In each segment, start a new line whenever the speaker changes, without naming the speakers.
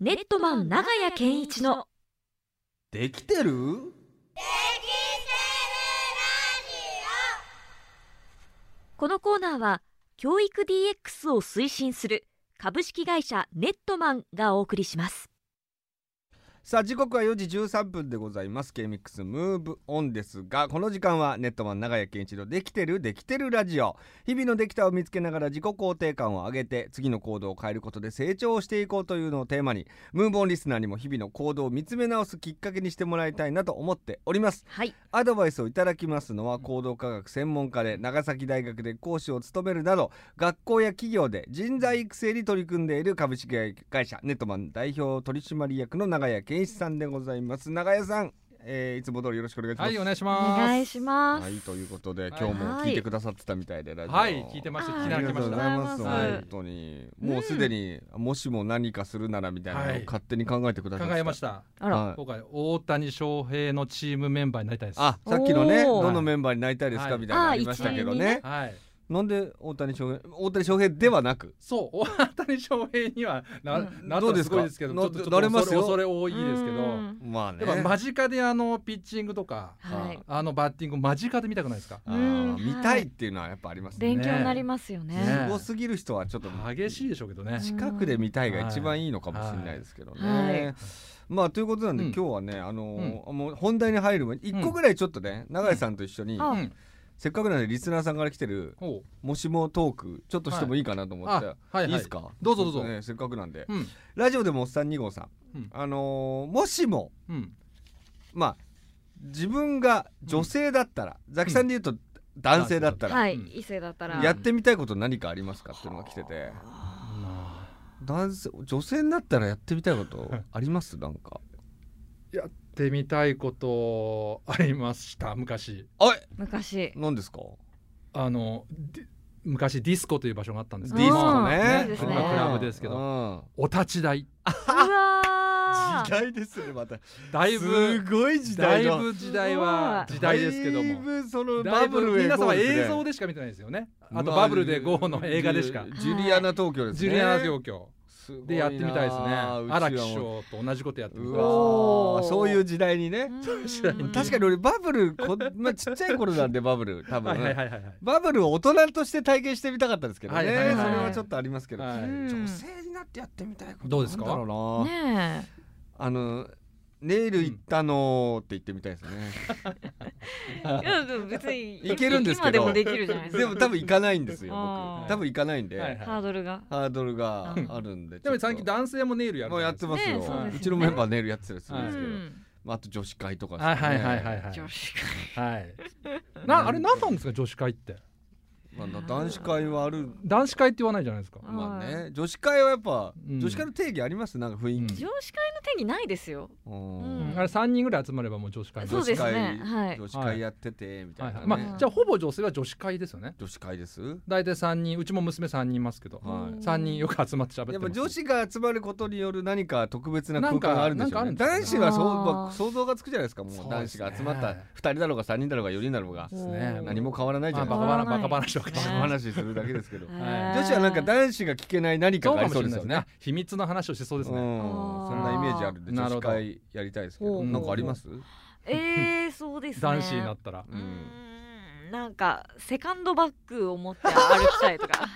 ネットマン長屋健一の
できてる
このコーナーは教育 DX を推進する株式会社ネットマンがお送りします
さあ時刻は4時13分でございます K-MIX ムーブオンですがこの時間はネットマン長屋健一のできてるできてるラジオ日々のできたを見つけながら自己肯定感を上げて次の行動を変えることで成長していこうというのをテーマにムーブオンリスナーにも日々の行動を見つめ直すきっかけにしてもらいたいなと思っております
はい
アドバイスをいただきますのは行動科学専門家で長崎大学で講師を務めるなど学校や企業で人材育成に取り組んでいる株式会社ネットマン代表取締役の長屋健一さんでございます長屋さん、えーいつも通りよろしくお願いします
はい、お願いし
お
ます。
願いしま
は
す
いということで
い
今日も聞いてくださってたみたいでラジオ
はい、聞いてました。
あー
聞いて
あ
き
りが
まし
とうご
た。
ざいます、
はい
本当にもうすでにもしも何かするならみたいなのを勝手に考えてくださって
考えました。
あら、
はい
今回大谷翔平のチームメンバーになりたいです。
あさっきのね
おー
どのメンバーになりたいですか
はい
みたいなのありましたけど
あー一
ね
はい。
なんで大谷翔平大谷翔平ではなく
そう、大谷翔平にはな、
うん
なった
どうで
ら
す
す
か
ごいですけど、
な
ちょっとちょっと
なれますよ
恐れ多いですけど、
う
や
ん
まあね
っぱ間近であのピッチングとか、
はい
あのバッティング間近で見たくないですか。
あー
うん
見たいっていうのはやっぱありますね
勉強になりますよね
ね
すごすぎる人はちょっと
激しいでしょうけどね。
近くで見たいが一番いいのかもしれないですけどね、
はいはい
まあということなんで、
うん
今日はねあのーもう本題に入る前に一個ぐらいちょっとね、永井さんと一緒に、
あ
うん。
せっかくなんでリスナーさんから来てる
ほ
もしもトークちょっとしてもいいかなと思
う。
って、、
あ、はい、はいい。
いです。か
どうぞどうぞ
ちょっとね、せっかくなんで
うん。
ラジオでもおっさん2号さん、
うん
あのーもしも
うん。
まあ自分が女性だったら、ザキさんで言うと男性だったら、
はい、
うん
異性だったら
やってみたいこと何かありますかっていうのが来てて男性女性になったらやってみたいことあり ますなんか
やってみたいことありました昔
あえ
昔
何ですか
あのディ昔ディスコという場所があったん
デ
で
ィ
す
ス
け
コ
ど
ね
あーいいです
ねクラブですけど
ど
お立ち台
うわ ー
時代ですねまた
だい
す
ぶ
ごい時
だ
代
い
の
ぶ時代は時代ですけども
だいぶその
だ
バ
い
ブ
ぶ
ルへ
皆さんは映像
で
でしか見てないですよねあとバブルで GO の映画でしか
ジュリアナ東京です
ジ
ね
ュリアナ東京
すごいな
でやってみたいですね
うちはもう
荒木師匠と同じことやってみ
う
たい
わ
お
ー
ー
そういう時代にね
うん
確かに俺バブルこ、まあ、ちっちゃい頃なんでバブル多分、
はいはいはいはいはい
バブルを大人として体験してみたかったですけどね、
はいはいはい
それはちょっとありますけど、
はい
女性になってやってみたいこと
どうですか
なんだろうな、
ね
あのネイル行ったのーって言ってみたいですね、
えいやでも別に
いけるんですけど
今でもできるじゃないです
で
か
も多分行かないんですよ
あ
僕
ー
多分行かないんで、
はいはい
ハードルが
ハードルがあるんで
でも最
ちょ
近
っ
男性もネイル
と
やる
もうやってます
ね
そ
よ、
うですよね
うちのメンバーネイルやってたりするん
う
ですけど、
ん
まあ、あと女子会とかです
はい
ね
はいはいはいはい
女子会
はいなあれ何なんですか女子会って
まあ、男子会はある
男子会って言わないじゃないですか
まあね女子会はやっぱ、
うん
女子会の定義ありますなんか雰囲気、
女子会の手にないですよ
うん
うん
あれ3人ぐらい集まればもう女子会
そうですね
女子会
はい
女子会やっててみた
はいい
な、
は
ね
い、まあじゃあほぼ女性は女子会ですよね
女子会です、
大体3人うちも娘3人いますけど、
は
うん
い
三3人よく集まって喋って
やっぱ
ます
女子が集まることによる何か特別な空
なんか
間があるんでしょうね
なんかあるん
男
で
子
す
よね
はそう、
あー
まあ、想像がつくじゃないですかもう
そう
男
で
子
すね
が集まった2人だろうが3人だろうが4人だろうが
ですね
何も変わらないじ
ま
ゃ
あ
ない
バ
で
変わらないですね
カバラバカ話ばっかりし
すか
て
バカ話するだけですけど
はい
はい
女子はなんか男子が聞けない何か
そう
が
か
あり
も
そ
しれ
うで
ないです
すよね
ね秘密の話をしそうです
うん
ね、
あー
そんなイメージあるんで
な
女
るほ
子
ど
会やりたいですけ
ほ
ど
う
なんかあります
えー、そうですね
男子になったら
うーんなんかセカンドバッグを持って歩きたいとか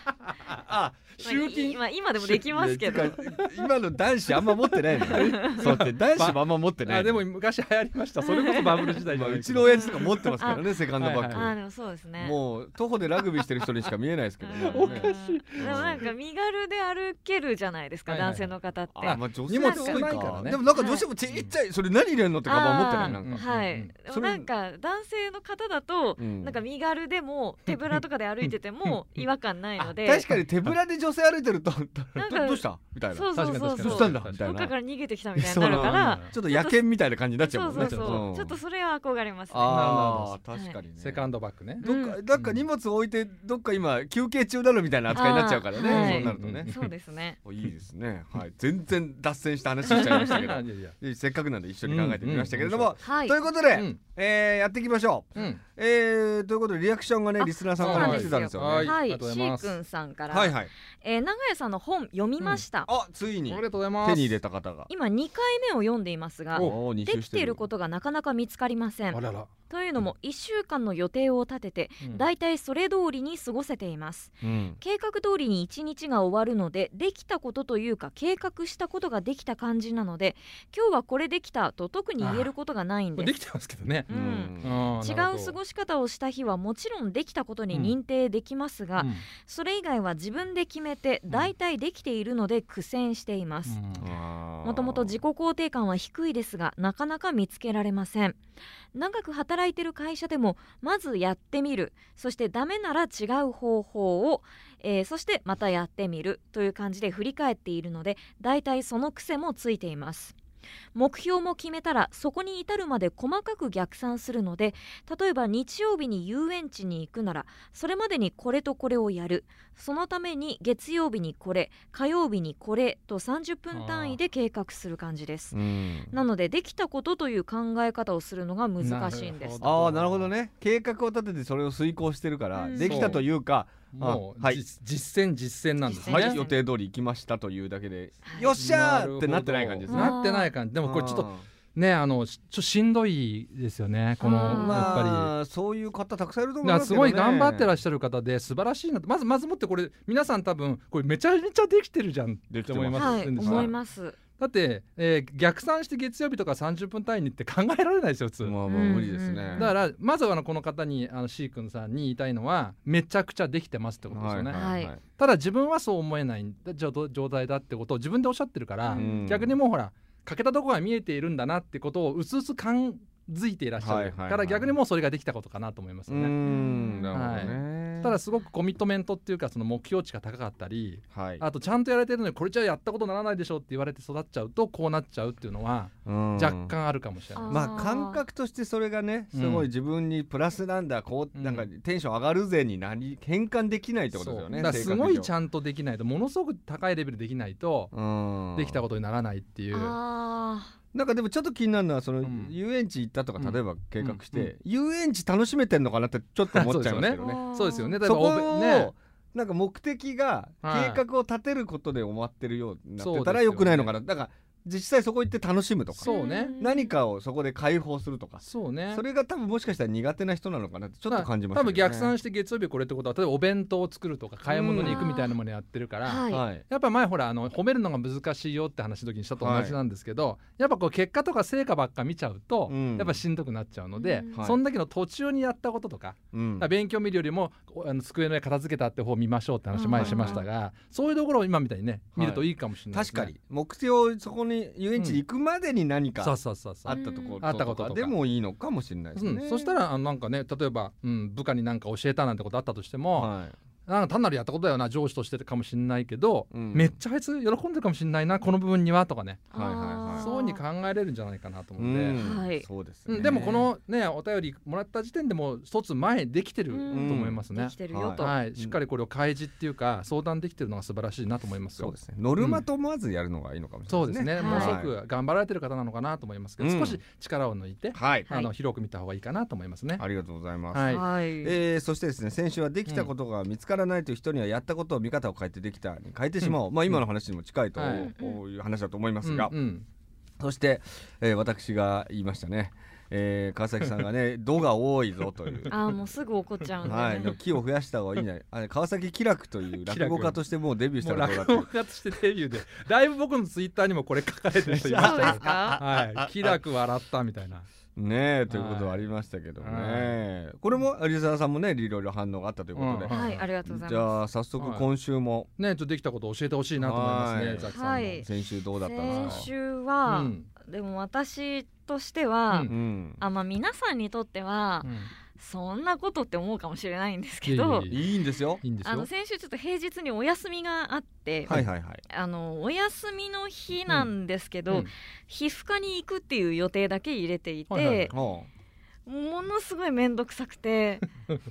あ
集金
まあい今今でもできますけど
いやてか今の男子あんま持ってないのね そうって男子もあんま持ってない
あでも昔流行りましたそれこそバブル時代じ
ま
ゃ
あ
ないうで
ち
す
の親父とか持ってますからねセカンドバ
はい
あ
ッ
でもそうですね
グもう徒歩でラグビーしてる人にしか見えないですけど ね
うんおか
しい
でもなんか身軽で歩けるじゃないですか、
はいはい
男性の方って
あまあ女性
荷
も
物
多
少
い
ない
か
かららね
でもなんか女子もちっちゃいそれ何入れんのってカバン持ってない
あー
なんか
はい、
うんうん
で
そ
も
れ
なんか男性の方だと、
うん
なんか身軽でも手ぶらとかで歩いてても違和感ないので
確かに手ぶらで女性歩いてるとど
なんか
どうしたみたいな
そうそうそう
確か
そ
に
どう
う
し
確か
たん
どっ
に
だみたいな
か
ち
から逃げてきたみたいになるから
ょっと野犬みたいな感じになっちゃう
そ
も
うんそ
ね
うそうちょっとそれは憧れますね
ああ
なるほど
確かにね
セカンドバッグね
どっか、なんか荷物置いて、どっか今休憩中なのみたいな扱いになっちゃうからね。
あーはい
そうなるとね。
そうですね
おいいですね。はい、全然脱線した話しちゃいましたけど
いや。いや
でせっかくなんで一緒に考えてみましたけれども、
はい
ということで、
うん
えーやっていきましょう。
うん
えーっということでリアクションがね
あ
リスナーさんから来てたんですよね。
は
はいい
はい、
ありがとうございます
C 君さんから、
はい、
えー長屋さんの本読みました、
あつい
あり
に
がとうございます
手に入れた方が。
今2回目を読んでいますが
お
できている
と。
ことがなかなか見つかりませ
あ
ん
らら、
というのも1週間の予定を立てて
うん
だいたいそれ通りに過ごせています
うん
計画通りに1日が終わるのでできたことというか計画したことができた感じなので今日はこれできたと特に言えることがないん
まあ
で
ですきてますけどね
う
うんん
うんな
違う
るほど
過ごし方をした日はもちろんできたことに認定できますが、
うん
それ以外は自分で決めて
ん
大体できているので苦戦しています、
うん
もともと自己肯定感は低いですがなかなか見つけられません長く働いている会社でもまずやってみるそしてダメなら違う方法を、えーそしてまたやってみるという感じで振り返っているのでだいたいその癖もついています目標も決めたらそこに至るまで細かく逆算するので例えば日曜日に遊園地に行くならそれまでにこれとこれをやるそのために月曜日にこれ火曜日にこれと30分単位で計画する感じです
うん
なのでできたことという考え方をするのが難しいんで
なる
す
ほど
ああなるほどね計画を立ててそれを遂行してるから、
うん
できたというか
もう、
あはい
実実践実践なんですね、
は
実践
い予定通り行きましたというだけで、
はい
よっしゃ
るほ
ーっ
ど
てなってない感じですね。
なってない感じで
で
もこれちょっとねあのしちょしんどいですよねこの
あー
やっぱり。
まあそういう方たくさんいると思い
だ
ま
から
す
す
けど
ご
ね。
い頑張ってらっ
し
しゃる方で素晴らしいなとまずまずもってこれ皆さん多分これめちゃめちゃできてるじゃん
で
って
きて
思い
ま
ます
はい
すよね
思います
だって、えー逆算して月曜日とか30分単位にって考えられないですよ普通、
まあまあ無理ですね。
うん
だからまずはあのこの方にあの C 君さんに言いたいのはめちゃくちゃできてますってことですよ
い
ね、
はい
ただ自分はそう思えない状状態だってことを自分でおっしゃってるから、
うん
逆にもうほら欠けたとこが見えているんだなってことをうすうす感づいていらっしゃる、
はいはいはい
から逆にもうそれができたことかなと思います
う
よね、
んなるほどね。
ただすごくコミットメントっていうかその目標値が高かったり
はい。
あとちゃんとやられてるのにこれじゃやったことならないでしょって言われて育っちゃうとこうなっちゃうっていうのは
うん
若。干あるかもしれない、
あ
まあ感覚としてそれがねすご
うん
い自分にプラスなんだこう
うん
なんかテンション上がるぜに何変換できないってことですよね。
そうだからすごいち
ゃん
ゃんとできないとものすごく高いレベルできないと
うん
できたことにならないっていう、
あ
なんかでもちょっと気になるのはその
ん
遊園地行ったとか
うん
例えば計画し
うんう
て遊園地楽しめてんのかなってちょっと思っちゃいますけ
ー
どね。
あー
そうですよね例え
そ
ば
こ
欧米
を、
ね
なんか目的が
はい
計画を立てることで終わってるようになって
そうで
たら
すよね
よくないのかな、だから実際そこ行って楽しむとか
そうね
ん
何かをそこで解放するとか、
そうね
それが多分もしかしたら苦手な人なのかなってちょっと感じま
多
す
分
ね
逆算して月曜日これってことは例えばお弁当を作るとか買い物に行くみたいなものやってるから、
はい、
はい
やっぱ前ほらあの褒めるのが難しいよって話の時にしたと同じなんですけど、やっぱこう結果とか成果ばっか見ちゃうと、
うん
やっぱしんどくなっちゃうので、
うん
その時の途中にやったこととか,、
うん
勉強見るよりもこうあの机の上片付けたって方を見ましょうって話前にしましたが、そういうところを今みたいにね
はい
見るといいかもしれないで
確
す
か
ね、
に目標をそこに遊園地行くまでに何か
そう
あ
そうそうそう
ったところ
あったこととか
でもいいのかもしれないです
う
ね、
ん、そしたらあのなんかね例えば、うん、部下になんか教えたなんてことあったとしても、
はい
なんか単なるやったことだよな上司としてかもしれないけど、
うん
めっちゃあいつ喜んでるかもしれないなこの部分にはとかね
はいはいはい
あー
そういうふうに考えれるんじゃないかなと
う
思って。
ん
はい
そうです、
う
ね
ん、でもこのねお便りもらった時点でもう一つ前できてると思いますね
でき。てるよと、
はい、しっかりこれを開示っていうか相談できてるのが素晴らしいなと思います
そう
よ
で。すねノルマと思わずやるのがいいのかもしれ
そ
な
う
いで
ですすね。
ね、
はい
ものすごく頑張られてる方なのかなと思いますけど、
うん
少し力を抜いて、
はい、
はい
あの広く見た方がいいかなと思いますね。
ありがとうございます、
はい
はい
えーそしてですね先週はできたことが見つからないという人にはやったことを見方を変えてできたに変えてしまおう、まあ今の話にも近いと、
はい
こういう話だと思いま
う
す
ん
が、
うん
そして、えー私が言いましたね、えー川崎さんがね 「度が多いぞ」という。
あーもうすぐ怒っちゃうんで、ね
はい、でも木を増やした方がいいんじ ゃないあれ川崎喜楽という落語家としてもうデビューし
も
た
う
らどう
落
だっ
語
て
家としてデビューで、だいぶ僕のツイッターにもこれ書かれて る人いまし
そうで
た
す
よ。
か
はい、気楽笑ったみたいな。
ねえということはありましたけどね、これも有沢さんもねいろいろ反応があったということで、
うん
はいありがとうござい
じ
ま
ゃあ早速今週も
ね、ちょっとできたことを教えてほしいなと思います
は
ね
い。
ザキさん
はい
も。
先週どうだったんです
先
すか、
週は、
うん
でも私としては、
うん
うん、
あまあ皆さんにとっては、
うん
そんなことって思うかもしれないんですけ
いえいえ
ど
いえ
いいんですよ
いいんです
あの
よ。
先週ちょっと平日にお休みがあって、
はいはいはい
あのお休みの日なんですけど、
うん
皮膚科に行くっていう予定だけ入れていて、
はいはいはい
は
ものすごい面倒くさく て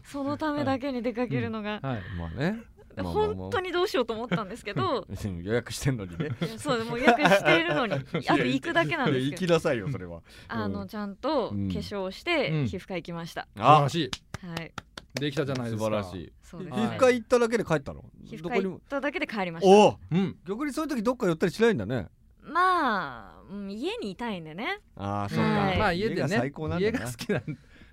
そのためだけに出かけるのが、
はい。
あ、まあね まあまあまあ
本当にどうしようと思ったんですけど
予約してんのにね
そうもう予約しているのにあと行くだけなんです
行
け
き
ど
な さいよそれは
あのちゃんと化粧し
うん
て皮膚科行きました、
素晴らしい。
はい
できたじゃないですか
素晴らしい
そうです
は
ね
い
一回行っただけで帰ったの
皮膚
ど
科
こに
行っ
も
ただけで帰りました
おお
うん
逆にそういう時どっか寄ったりしないんだね
まあ、うん家にいたいんでね
ああそうか、
はい
まあ家でね
が最高なん
家
だな
が好きな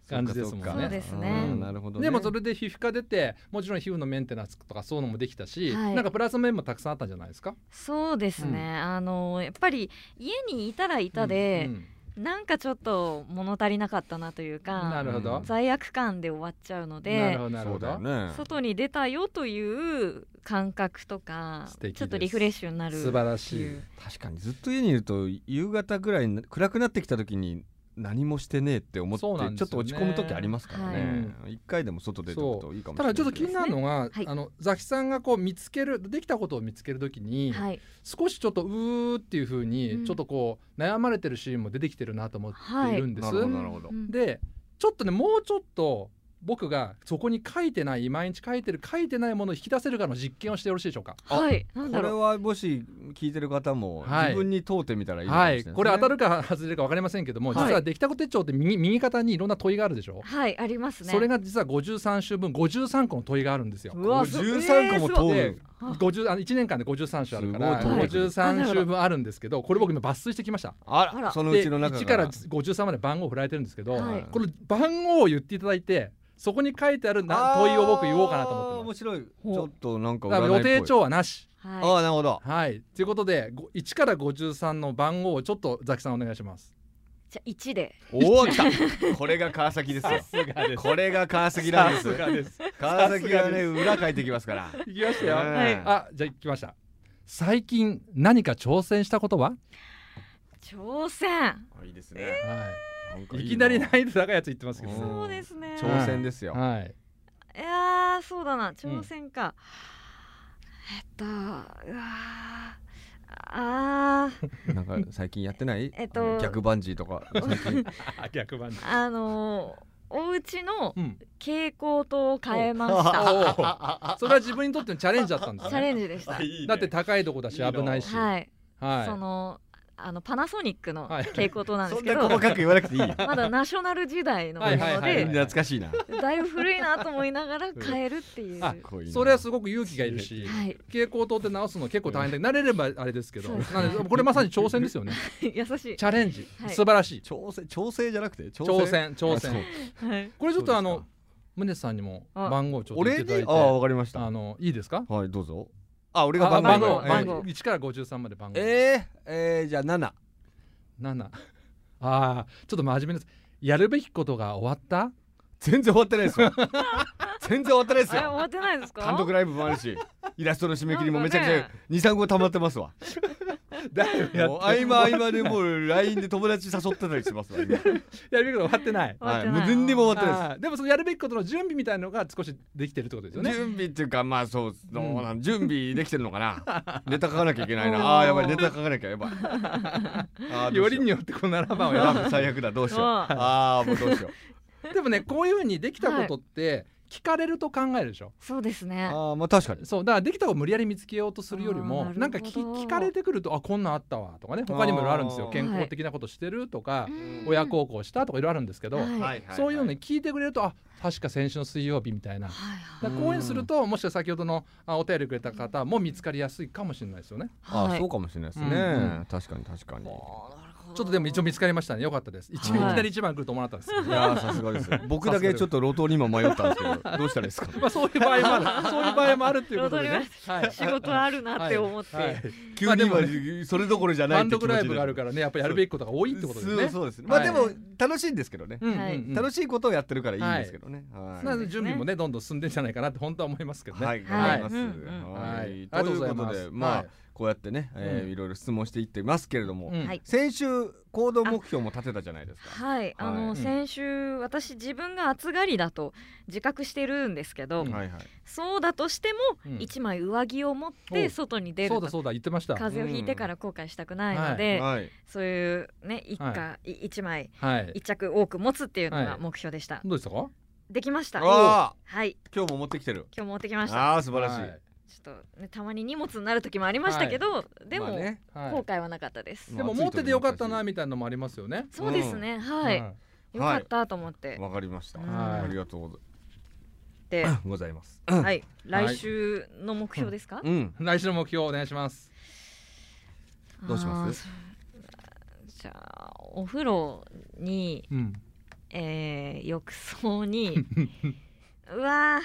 感じですもんね
かか
そうですね
あーなるほど、ね、
でもそれで皮膚科出てもちろん皮膚のメンテナンスとかそういうのもできたし、
はい
なんかプラス面もたくさんあったんじゃないですか。
そうですね、
うん
あのやっぱり家にいたらいたで
う、ん
なんかちょっと物足りなかったなという
な
か
るほど。
罪悪感で終わっちゃうの
なる
で
ほどなる
そ
ほ
うだ
ど
よ。ね
外に出たよという感覚とか
素敵です
ちょっとリフレッシュになる
素晴らし
っ
い
てう
確かにずっと家にいると夕方ぐらいに暗くなってきた時に何もしてねえって思って、
そうなんです
ちょ
よ
っ
ね
と落ち込む時ありますからね一、回でも外出ておく
そ
といいかもしたれな
だ
い
ちょっと気になるのが、
はい
あのザキさんがこう見つけるできたことを見つけるときに、
はい、
少しちょっとうーっていうふう
う
に
ん
ちょっとこう悩まれてるシーンも出てきてるなと思っているんです。
はいなるほどなるほど
うん
でちょっとねもうちょっと僕がそこに書いてない毎日書いてる書いてないものを引き出せるかの実験をしてよろしいでしょうか。
あ
はいなんだ
これ
ろう
はもし聞いてる方も
はい
自分に問うてみたらいいかもし
は
れない
い、
ですね、
これ当たるか外れるか分かりませんけども、
はい
実はできたこと手帳って右右肩にいろんな問いがあるでしょ、
はいありますね
それが実は53週分53個の問いがあるんですよ。
うわす
53個も問う、
で50あの1年間で53週あるから
すごい
問い
53週分あるんですけどこれ僕今抜粋してきました。
あら
あら
そのう
で
ちの中
1から53まで番号振られてるんですけど、
はい
この番号を言っていただいてそこに書いてあるな問いを僕言おうかなと思ってま
面
す。
白い
ほう
ちょっとなんか
だから
占いっ
予
ぽい
定帳はなし。
あ
は
あなるほど
はい、ということでご1から53の番号をちょっとザキさんお願いしま
い
す。
じゃあ1で
おお来た これが川崎ですよ
がで
これが川崎なんです
です。
川崎が
さすが
ね
で
裏書いてきますから
いきましたよ。
はい
あ、じゃあ来ました。最近何か挑戦したことは？
挑戦
いいですねなんか
い。
い
いきなり
な
難易度高いやつ言ってますけど
うん
ね。
そうですね
挑
挑戦ですよ、
はい。
いやーそうだな挑戦か、えっとうわーあー
なんか最近やってない
えっと
あの逆バンジーとか最近
逆番。
あのーお家の
うん。
蛍光灯を変えました
おーそれは自分にとってのチャレンジだったん です
チャレ
ね。
ンジでした
だって高いとこだし危ないし。はい。
はい、そのあのパナソニックの
はい
蛍光灯なんで
そ
す
ん
け
な
ど、
細かく言わなくて いい
まだナショナル時代のも
はい
の
はいはい
で
懐かしいな
だいぶ古いなと思いながら変えるっていう、
あ
は
こういうの
それはすごく勇気がい るし。
い、
蛍光灯って直すの結構大変で慣れればあれですけど、
そうですね
なんでこれまさに挑戦ですよね。
優しい
チ、ャレンジ、
はい
素晴らしい。
調整調整じゃなくて挑
挑戦、挑戦。
はい、
これちょっとあ
そうで
の
す
宗さんにも
あ
番号をちょっと言っ
俺
ていただい
に
て
ああわかりました
あのいいですか
はいどうぞあ俺が
あ
番号
番
号
号
えー
番
号
号1から53まで番号
えー、えー、じゃあ7
7あーちょっと真面目ですやるべきことが終わった
全然終わってないですよ全然終わってないです
あれ終
よ
わってないですか
単独ライブもあるしイラストの締め切りもめちゃく
なん
ちゃ
かね
23個溜まってますわ
だいぶや
もう合間合間でもう LINE で友達誘ってたりしますわ今
やるべきことが終わってない
終わっ
は
てな
い
い
もう全然終わってないです
あーでもそのやるべきことの準備みたいなのが少しできてるってことですよね
準備っていうかまあそうどうなん準備できてるのかなネタ書かなきゃいけない
おー
なあーやばいネタ書かなきゃやばいあーど
よ
うし
り
よう
によってこの7番を選
やばい最悪だどうしよう
そう
ああもうどうしよ う
ぶでもねこういうふうにできたことって聞かれると考えるでしょ
そうですね
ああまあ確かに
そうだからできたことを無理やり見つけようとするよりも
あーなるほど
なんか聞聞かれてくるとあこんなんあったわとかね他にもいろいろあるんです
あ
よ
ー
健康的なことしてるとか
うん
親孝行したとかいろいろあるんですけど、
はいは
そういうのね聞いてくれるとあ確か先週の水曜日みたいな。
はいはい
だからこういうのするともしかしたら先ほどのあお便りくれた方も見つかりやすいかもしれないですよね。
あ
は
ー
い
そうかもしれないですね、
うん
確かに確かに
ちょっとでも一応見つかりましたね。よかったです。一いき
はい
なり一番来ると思わなかったです
い
けど。
やーさすがです 僕だけちょっと路頭に今迷ったんですけどどうしたらいいですか
まあそういう場合もあ る。そういう場合もあるっていうことで
わか
ね
り。
はい。
仕事 あるなって思って、
はいはい
急
まあ
に
でも
今それどころじゃない
単独ライブがあるからね、やっぱりやるべきことが多
ら
いってことですね。
そうですねまあ
はい
でも楽しいんですけどね、
うんうん
はい
うん
楽しいことをやってるからいいんですけどね、はい
なので準備もねどんどん進んでんじゃないかなって本当は思いますけどね。
はい、
はい
はい、ます。
うんうん
は
はい
い、
あ
と
りがとうござい
いうこ
ま
と
す
で、ま
は
あ
い、
こうやってね、えー
うん
いろいろ質問していってますけれども。
うん
はい
先週、行動目標も立てたじゃないですか。
はい、あの、
はい
先週私自分が暑がりだと自覚してるんですけど、
うん
はいはい。
そうだとしても
うん
一枚上着を持っ
お
て
う
外に出る
そ
と
うだそうだ言ってました。は
風邪をひいてから後悔したくないので、
はい。
そういうね一家、、
はい
一枚
い。
一着多く持つっていうの
は
が
い
目標でした、
どうでしたか？
できました
ああ、
はい
今日も持ってきてる。
今日持ってきました
ああ、素晴らしい。
ちょっと、ね、たまに荷物になる時もありましたけど、でも、
まあね
はい。
後悔はなかったです、
まあ
でも持っててよかったなみたいなのもありますよね。
そうですね、はい、
うん
よかったと思って、
わかりました。
うん
ありがとうござい
て、
ございます。
はい、来週の目標ですか、
うん。
来週の目標お願いします
んどうします
あーそうじゃあお風呂に、
うん
えー浴槽 にうわ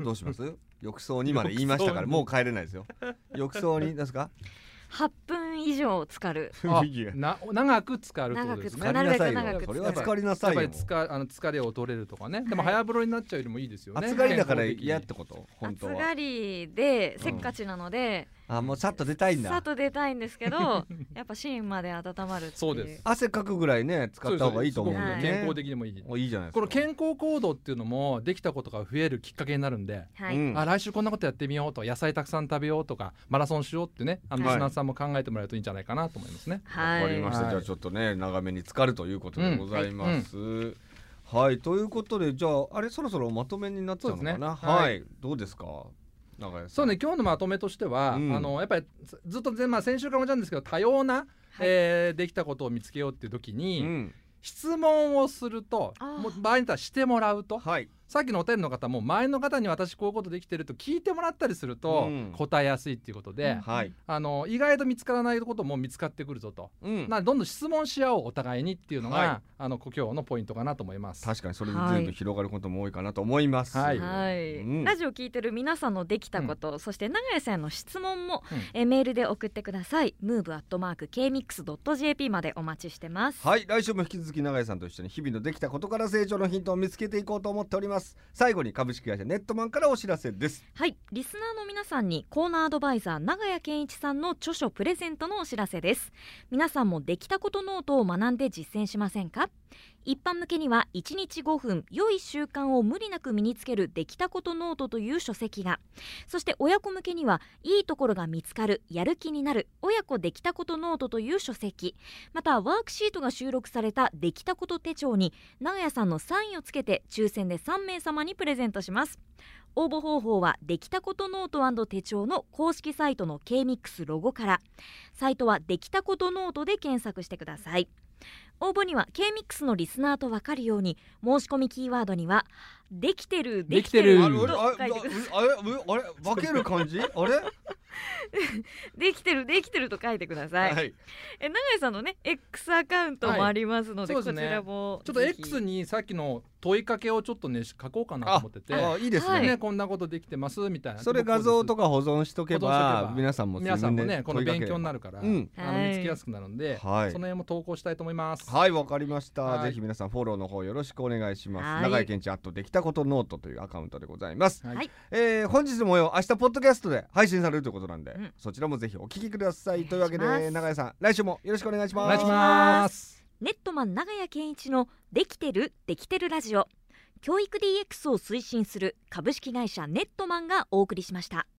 どうします？浴槽にまで言いましたから
浴槽に
もう帰れないですよ。浴槽に何です か？
ー8分以上浸かる
あ
いや
な長く使うってことです
長く浸か
ね
るなるべく長く
それは
疲れ
疲れな
や
さ
っ
い
ぱ
よ
り。つかあの疲れを取れるとかね、でも
はい
早風呂になっちゃうよりもいいですよね
暑がりだから
健康的に
嫌ってこと？本
暑
当
が
は。
りでせっかちなので、
あもうさっと出たいん
さっ
だ。
と出たいんです けどやっぱ芯まで温まるっていう
そうです
汗かくぐらいね使った方がいいと思うんだよ
そ
ね。
う
すごく健康的でもいい
おいいじゃないです
こ
か。
の健康行動っていうのもできたことが増えるきっかけになるんで、
はい、
うん
あ来週こんなことやってみようとか野菜たくさん食べようとかマラソンしようってねあの
はい
リスナーさんも考えてもらえるといいんじゃないかなと思いますね。
はい
わかりました、
はい
じゃあちょっとね長めに浸かるということでございます、はい、ということでじゃああれそろそろまとめになっちゃうのか
そ
な、
うですね
はい、
は
どうですか長屋さん
そうね今日のまとめとしては、
うん
あのやっぱりずずっと前、まあ、先週からもじゃうんですけど多様な、えーできたことを見つけようっていう時に、
うん、
質問をすると
あー
もう場合によってはしてもらうと
はい
さっきのお便りの方も前の方に私こういうことできてると聞いてもらったりすると
うん
答えやすいっていうことで、
うん
はい
あの意外と見つからないことも見つかってくるぞと
うん
などんどん質問し合おうお互いにっていうのが、
はい
あの今日のポイントかなと思います。
確かにそれで全部広がることも多いかなと思います
はい
はい
うん
ラジオ聞いてる皆さんのできたこと、そして永井さんへの質問も、
うん
えメールで送ってください move.kmix.jp までお待ちしてます
はい来週も引き続き永井さんと一緒に日々のできたことから成長のヒントを見つけていこうと思っております最後に株式会社ネットマンからお知らせです
はいリスナーの皆さんにコーナーアドバイザー長谷健一さんの著書プレゼントのお知らせです皆さんもできたことノートを学んで実践しませんか一般向けには1日5分良い習慣を無理なく身につけるできたことノートという書籍がそして親子向けにはいいところが見つかるやる気になる親子できたことノートという書籍またワークシートが収録されたできたこと手帳に長谷さんのサインをつけて抽選で3名様にプレゼントします応募方法はできたことノート手帳の公式サイトの K-MIX ロゴからサイトはできたことノートで検索してください応募には K-MIX のリスナーと分かるように申し込みキーワードには「できてる」「で
で
き
き
て
て
る
る」
あれ
と
あれあ
書い
れ
てください
あれあれ分ける感じあれ
「できてる」「できてる」と書いてください、
はい
え永井さんのね X アカウントもありますので,、
はいそう
こ
ですね
ちらも
ちょっと
ぜひ
X にさっきの問いかけをちょっとね書こうかなと思ってて、
あいいですね、
はい
ねこんなことできてますみたいな。
それ画像と
か
か保存しとけ
保存しと
ば
けば
皆さんも
皆さんも
自分
ね
で
この勉強にな
る
るから、
うん
あの
はい
見つけやすくなるんで、
はい
その辺も投稿したいと思います。
はいわかりました、
はい
ぜひ皆さんフォローの方よろしくお願いしま
は
す
い
長井健一アットできたことノートというアカウントでございます、
はい
はい
えー本日の模様明日ポッドキャストで配信されるということなんで、
うん
そちらもぜひお聞きくださいというわけ
お願いしま
で
す
長井さん来週もよろしくお願いし
お
ます
願いします。
ネットマン長谷健一の「できてるできてるラジオ」教育 DX を推進する株式会社ネットマンがお送りしました。